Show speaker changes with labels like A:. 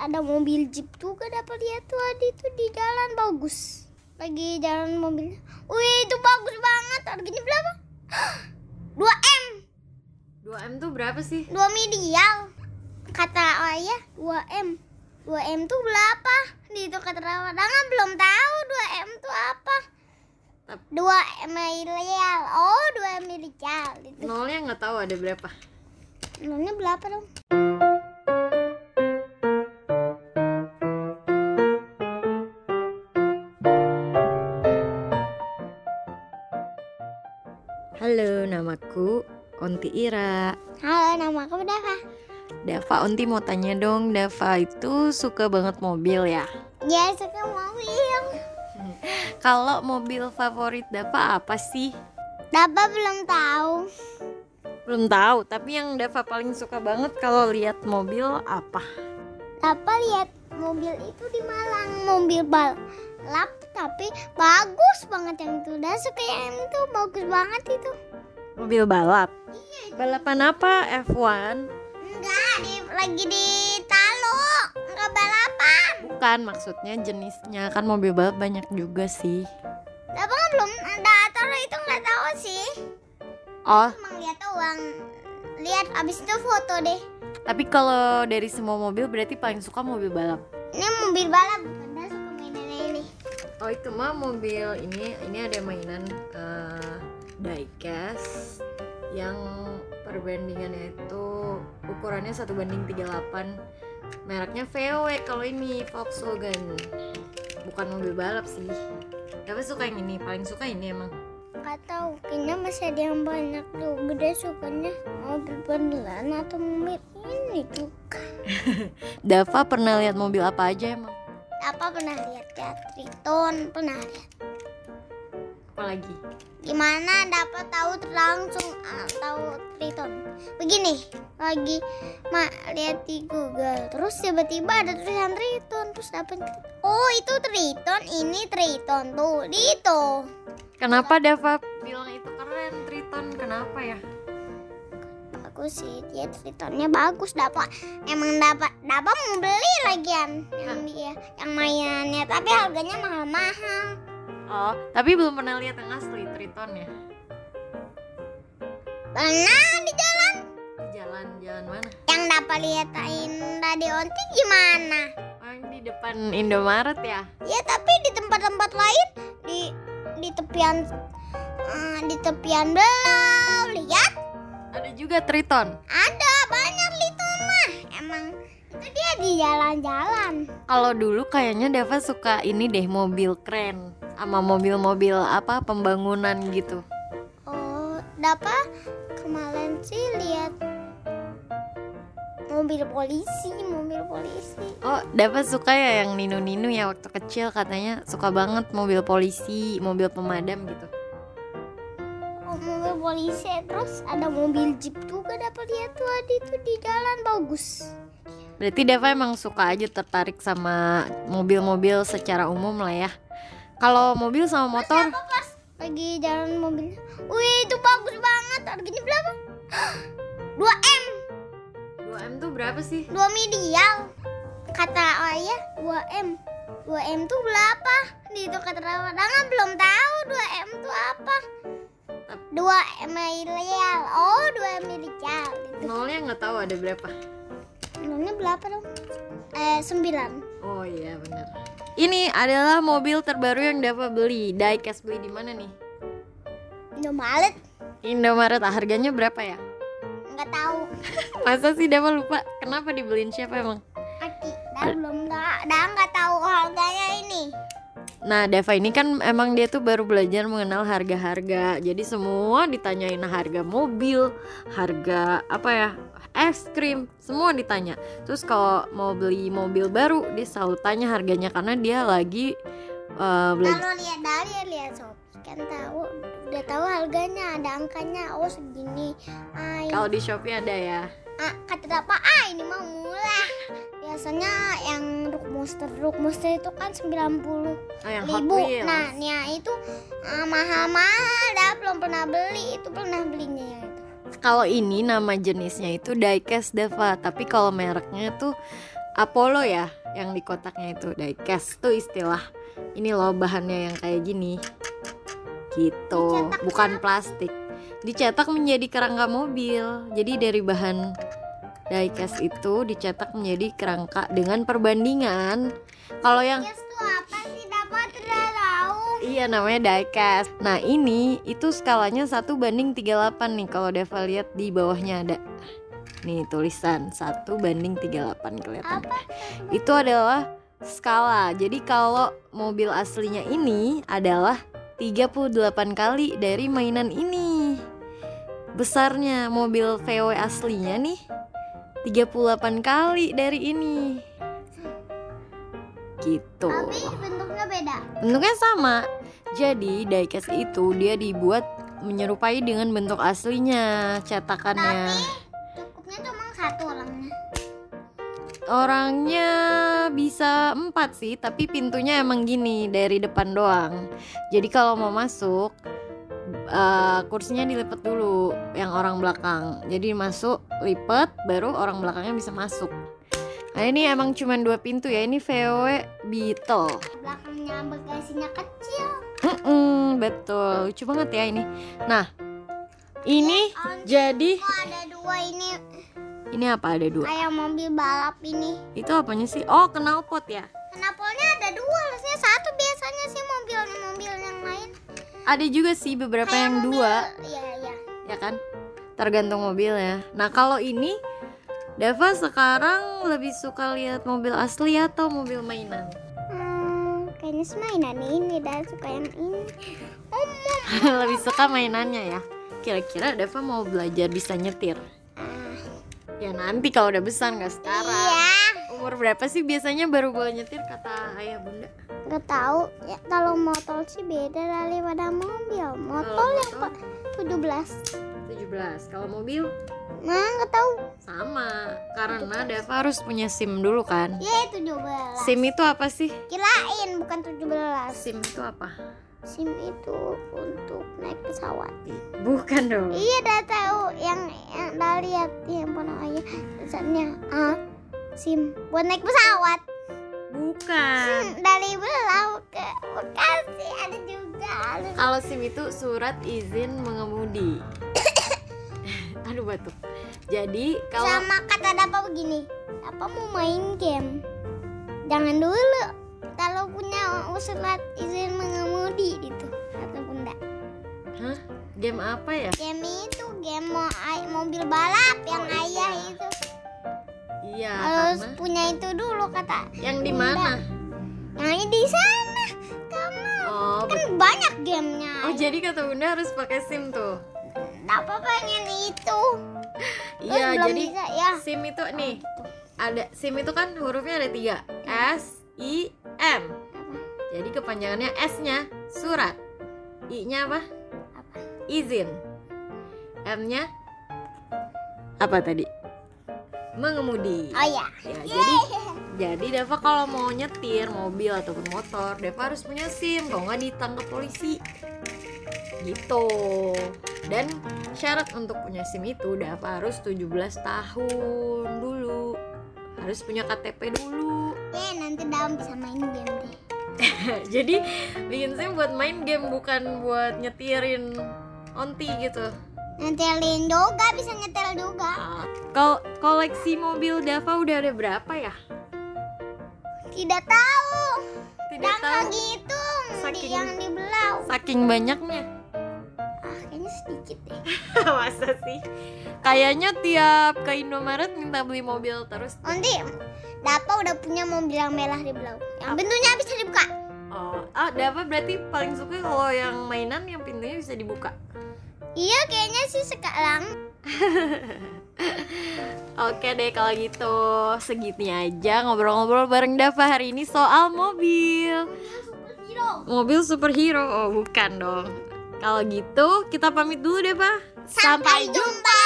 A: ada mobil jeep juga dapat lihat tuh tadi tuh di jalan bagus lagi jalan mobil wih itu bagus banget harganya berapa 2 m
B: 2M tuh berapa sih?
A: 2 miliar kata ayah 2 m 2 m tuh berapa itu kata orang belum tahu 2 m tuh apa
B: Tap-
A: 2 miliar oh 2 miliar itu
B: Nolnya nggak tahu ada berapa.
A: Nolnya berapa dong?
B: Halo, namaku Onti Ira.
A: Halo, nama aku berapa?
B: Dava Onti mau tanya dong, Dava itu suka banget mobil ya?
A: Ya, suka mobil.
B: Kalau mobil favorit Dava apa sih?
A: Dapa belum tahu.
B: Belum tahu, tapi yang Dava paling suka banget kalau lihat mobil apa?
A: Dapa lihat mobil itu di Malang, mobil balap tapi bagus banget yang itu. Dan suka yang itu, bagus banget itu.
B: Mobil balap. Balapan apa? F1?
A: Enggak, di, lagi di Taluk, enggak balapan.
B: Bukan, maksudnya jenisnya kan mobil balap banyak juga sih.
A: Dapa kan belum ada atau itu nggak tahu sih.
B: Oh,
A: Emang lihat doang. Lihat abis itu foto deh.
B: tapi kalau dari semua mobil berarti paling suka mobil balap.
A: Ini mobil balap, Dan suka mainan ini.
B: Oh itu mah mobil ini ini ada mainan eh, diecast yang perbandingannya itu ukurannya satu banding 38 mereknya VW kalau ini Volkswagen bukan mobil balap sih tapi suka yang ini paling suka ini emang
A: Gak tahu, kayaknya masih ada yang banyak tuh. Gede sukanya mobil beneran atau mobil ini juga.
B: Dava pernah lihat mobil apa aja emang
A: Apa pernah lihat ya? Triton pernah lihat.
B: apalagi
A: Gimana dapat tahu langsung ah, tahu Triton? Begini, lagi mak lihat di Google, terus tiba-tiba ada tulisan Triton, terus dapat oh itu Triton, ini Triton tuh, itu.
B: kenapa Dava bilang itu keren Triton kenapa ya
A: Bagus sih, dia Tritonnya bagus, dapat emang dapat dapat mau beli lagian yang dia yang mainannya, tapi harganya mahal-mahal.
B: oh tapi belum pernah lihat yang asli Triton ya
A: Pernah di jalan
B: jalan-jalan mana
A: yang dapat liatain tadi onti gimana?
B: Oh, yang di depan Indomaret ya?
A: Ya tapi di tempat-tempat lain di di tepian eh, di tepian belum lihat
B: Ada juga Triton.
A: ada banyak Triton mah emang itu dia di jalan-jalan.
B: Kalau dulu kayaknya Dava suka ini deh mobil keren sama mobil-mobil apa pembangunan gitu.
A: Oh, dapat kemarin sih lihat mobil polisi, mobil polisi.
B: Oh, Dava suka ya yang ninu-ninu ya waktu kecil katanya suka banget mobil polisi, mobil pemadam gitu.
A: Oh, mobil polisi terus ada mobil jeep juga dapat lihat tuh tadi tuh di jalan bagus.
B: Berarti Dava emang suka aja tertarik sama mobil-mobil secara umum lah ya. Kalau mobil sama motor
A: Apa pas lagi jalan mobil? Wih, itu bagus banget. Harganya berapa? 2 M,
B: 2M tuh berapa sih?
A: 2 miliar. Kata ayah 2 M. 2 M tuh berapa? Itu kata orang belum tahu 2 M tuh apa. 2 miliar. Oh, 2 miliar. Itu
B: Nolnya nggak tahu ada berapa.
A: Nolnya berapa dong? Eh, 9.
B: Oh iya benar. Ini adalah mobil terbaru yang Dava beli. Diecast beli di mana nih?
A: Indomaret
B: Indomaret. Ah, Harganya berapa ya?
A: nggak tahu.
B: Masa sih Dava lupa? Kenapa dibeliin siapa emang?
A: Aki, dah belum dah, dah nggak tahu harganya ini.
B: Nah, Dava ini kan emang dia tuh baru belajar mengenal harga-harga. Jadi semua ditanyain nah, harga mobil, harga apa ya? Es krim, semua ditanya. Terus kalau mau beli mobil baru, dia selalu tanya harganya karena dia lagi eh, belajar
A: Kalau lihat dari lihat Shopee kan tahu udah tahu harganya ada angkanya oh segini ah ini-
B: Kalau di Shopee ada ya.
A: ah, kata apa ah ini mah murah biasanya yang Rook Monster Rook Monster itu kan 90
B: Oh, yang Hot
A: ribu
B: Wheels.
A: nah nia itu ah, mahal-mahal dah belum pernah beli itu pernah belinya yang itu
B: Kalau ini nama jenisnya itu diecast Deva, tapi kalau mereknya tuh Apollo ya yang di kotaknya itu diecast tuh istilah ini loh bahannya yang kayak gini gitu
A: Dicetak
B: bukan plastik dicetak menjadi kerangka mobil jadi dari bahan diecast itu dicetak menjadi kerangka dengan perbandingan kalau yang
A: Yes tuh apa sih dapat tidak tahu.
B: Iya namanya diecast. Nah ini itu skalanya 1 banding 38 nih kalau Deva lihat di bawahnya ada nih tulisan 1 banding 38 kelihatan.
A: Apa?
B: Itu adalah skala. Jadi kalau mobil aslinya ini adalah 38 kali dari mainan ini. Besarnya mobil VW aslinya nih 38 kali dari ini. Gitu.
A: Tapi bentuknya beda.
B: Bentuknya sama. Jadi diecast itu dia dibuat menyerupai dengan bentuk aslinya
A: Tapi
B: cetakannya.
A: cukupnya cuma satu orangnya.
B: Orangnya bisa empat sih, tapi pintunya emang gini dari depan doang. Jadi kalau mau masuk eh, kursinya dilipat dulu yang orang belakang. Jadi masuk lipat, baru orang belakangnya bisa masuk. Nah ini emang cuman dua pintu ya. Ini VW Beetle.
A: Belakangnya bagasinya kecil.
B: Mm-mm, Hmm, betul, lucu banget ya ini. Nah, ini
A: On-
B: jadi
A: Kok ada dua ini
B: ini apa ada dua?
A: kayak mobil balap ini.
B: Itu apanya sih? Oh, knalpot ya.
A: Kenapolnya ada dua, harusnya satu biasanya sih mobilnya mobil yang lain.
B: Ada juga sih beberapa
A: Kayak
B: yang
A: mobil-
B: dua,
A: Iya iya.
B: ya kan? Tergantung mobilnya. Nah, kalau ini Deva sekarang lebih suka lihat mobil asli atau mobil mainan?
A: Hmm, kayaknya sih mainan ini dan suka yang ini. Om, om.
B: lebih suka mainannya ya. Kira-kira Deva mau belajar bisa nyetir?
A: Ah,
B: Ya nanti kalau udah besar nggak sekarang.
A: iya.
B: Umur berapa sih biasanya baru boleh nyetir kata ayah bunda?
A: Gak tahu. Ya, kalau motor sih beda daripada mobil. Motor
B: Kalau
A: yang
B: motor?
A: pa- 17.
B: 17. Kalau mobil
A: Nah, gak tahu.
B: sama karena Deva harus punya SIM dulu kan.
A: Ya 17.
B: SIM itu apa sih?
A: Kirain bukan 17.
B: SIM itu apa?
A: SIM itu untuk naik pesawat.
B: Bukan dong.
A: Iya, udah tahu yang yang udah lihat di handphone ayah tulisannya ah SIM buat naik pesawat.
B: Bukan.
A: Hmm, dari Belau ke Bekasi ada juga.
B: Kalau SIM itu surat izin mengemudi. Aduh batuk. Jadi kalau
A: Sama kata apa begini, apa mau main game? Jangan dulu. Kalau punya surat izin mengemudi gitu kata bunda.
B: Hah? game apa ya?
A: Game itu game mau ai- mobil balap yang ayah itu
B: Iya,
A: harus
B: karena
A: punya itu dulu kata.
B: yang di mana?
A: Yang di sana kamu
B: Oh,
A: kan
B: bet-
A: banyak gamenya.
B: Oh, jadi kata bunda harus pakai SIM tuh.
A: apa pengen itu? Terus
B: Iya,
A: belum
B: jadi
A: bisa ya.
B: SIM itu nih ada SIM itu kan hurufnya ada tiga S I M jadi kepanjangannya S nya surat I nya apa
A: Apa?
B: izin M nya apa tadi mengemudi
A: Oh ya.
B: ya, jadi jadi Deva kalau mau nyetir mobil ataupun motor Deva harus punya SIM kalau nggak ditangkap polisi gitu dan syarat untuk punya SIM itu Deva harus 17 tahun dulu harus punya KTP dulu
A: Ya nanti daun bisa main game deh.
B: jadi bikin SIM buat main game bukan buat nyetirin onti gitu
A: Nyetelin juga bisa nyetel juga.
B: kalau Ah, koleksi mobil Dava udah ada berapa ya
A: Tidak tahu.
B: tidak
A: Dan
B: tahu
A: lagi itu di
B: Saking-
A: yang di belau.
B: saking banyaknya
A: Ah, kayaknya sedikit deh.
B: Masa sih? Kayaknya tiap ke Indomaret minta beli mobil terus.
A: Nanti Oh, Dapa udah punya mobil yang merah di belau. Yang bentuknya bisa dibuka.
B: Oh, ah, Dava berarti paling suka kalau yang mainan yang pintunya bisa dibuka.
A: Iya kayaknya sih sekarang.
B: Oke deh kalau gitu segitnya aja ngobrol-ngobrol bareng Dava hari ini soal mobil.
A: Superhero.
B: Mobil superhero, oh bukan dong. Kalau gitu kita pamit dulu Dava.
A: Sampai jumpa.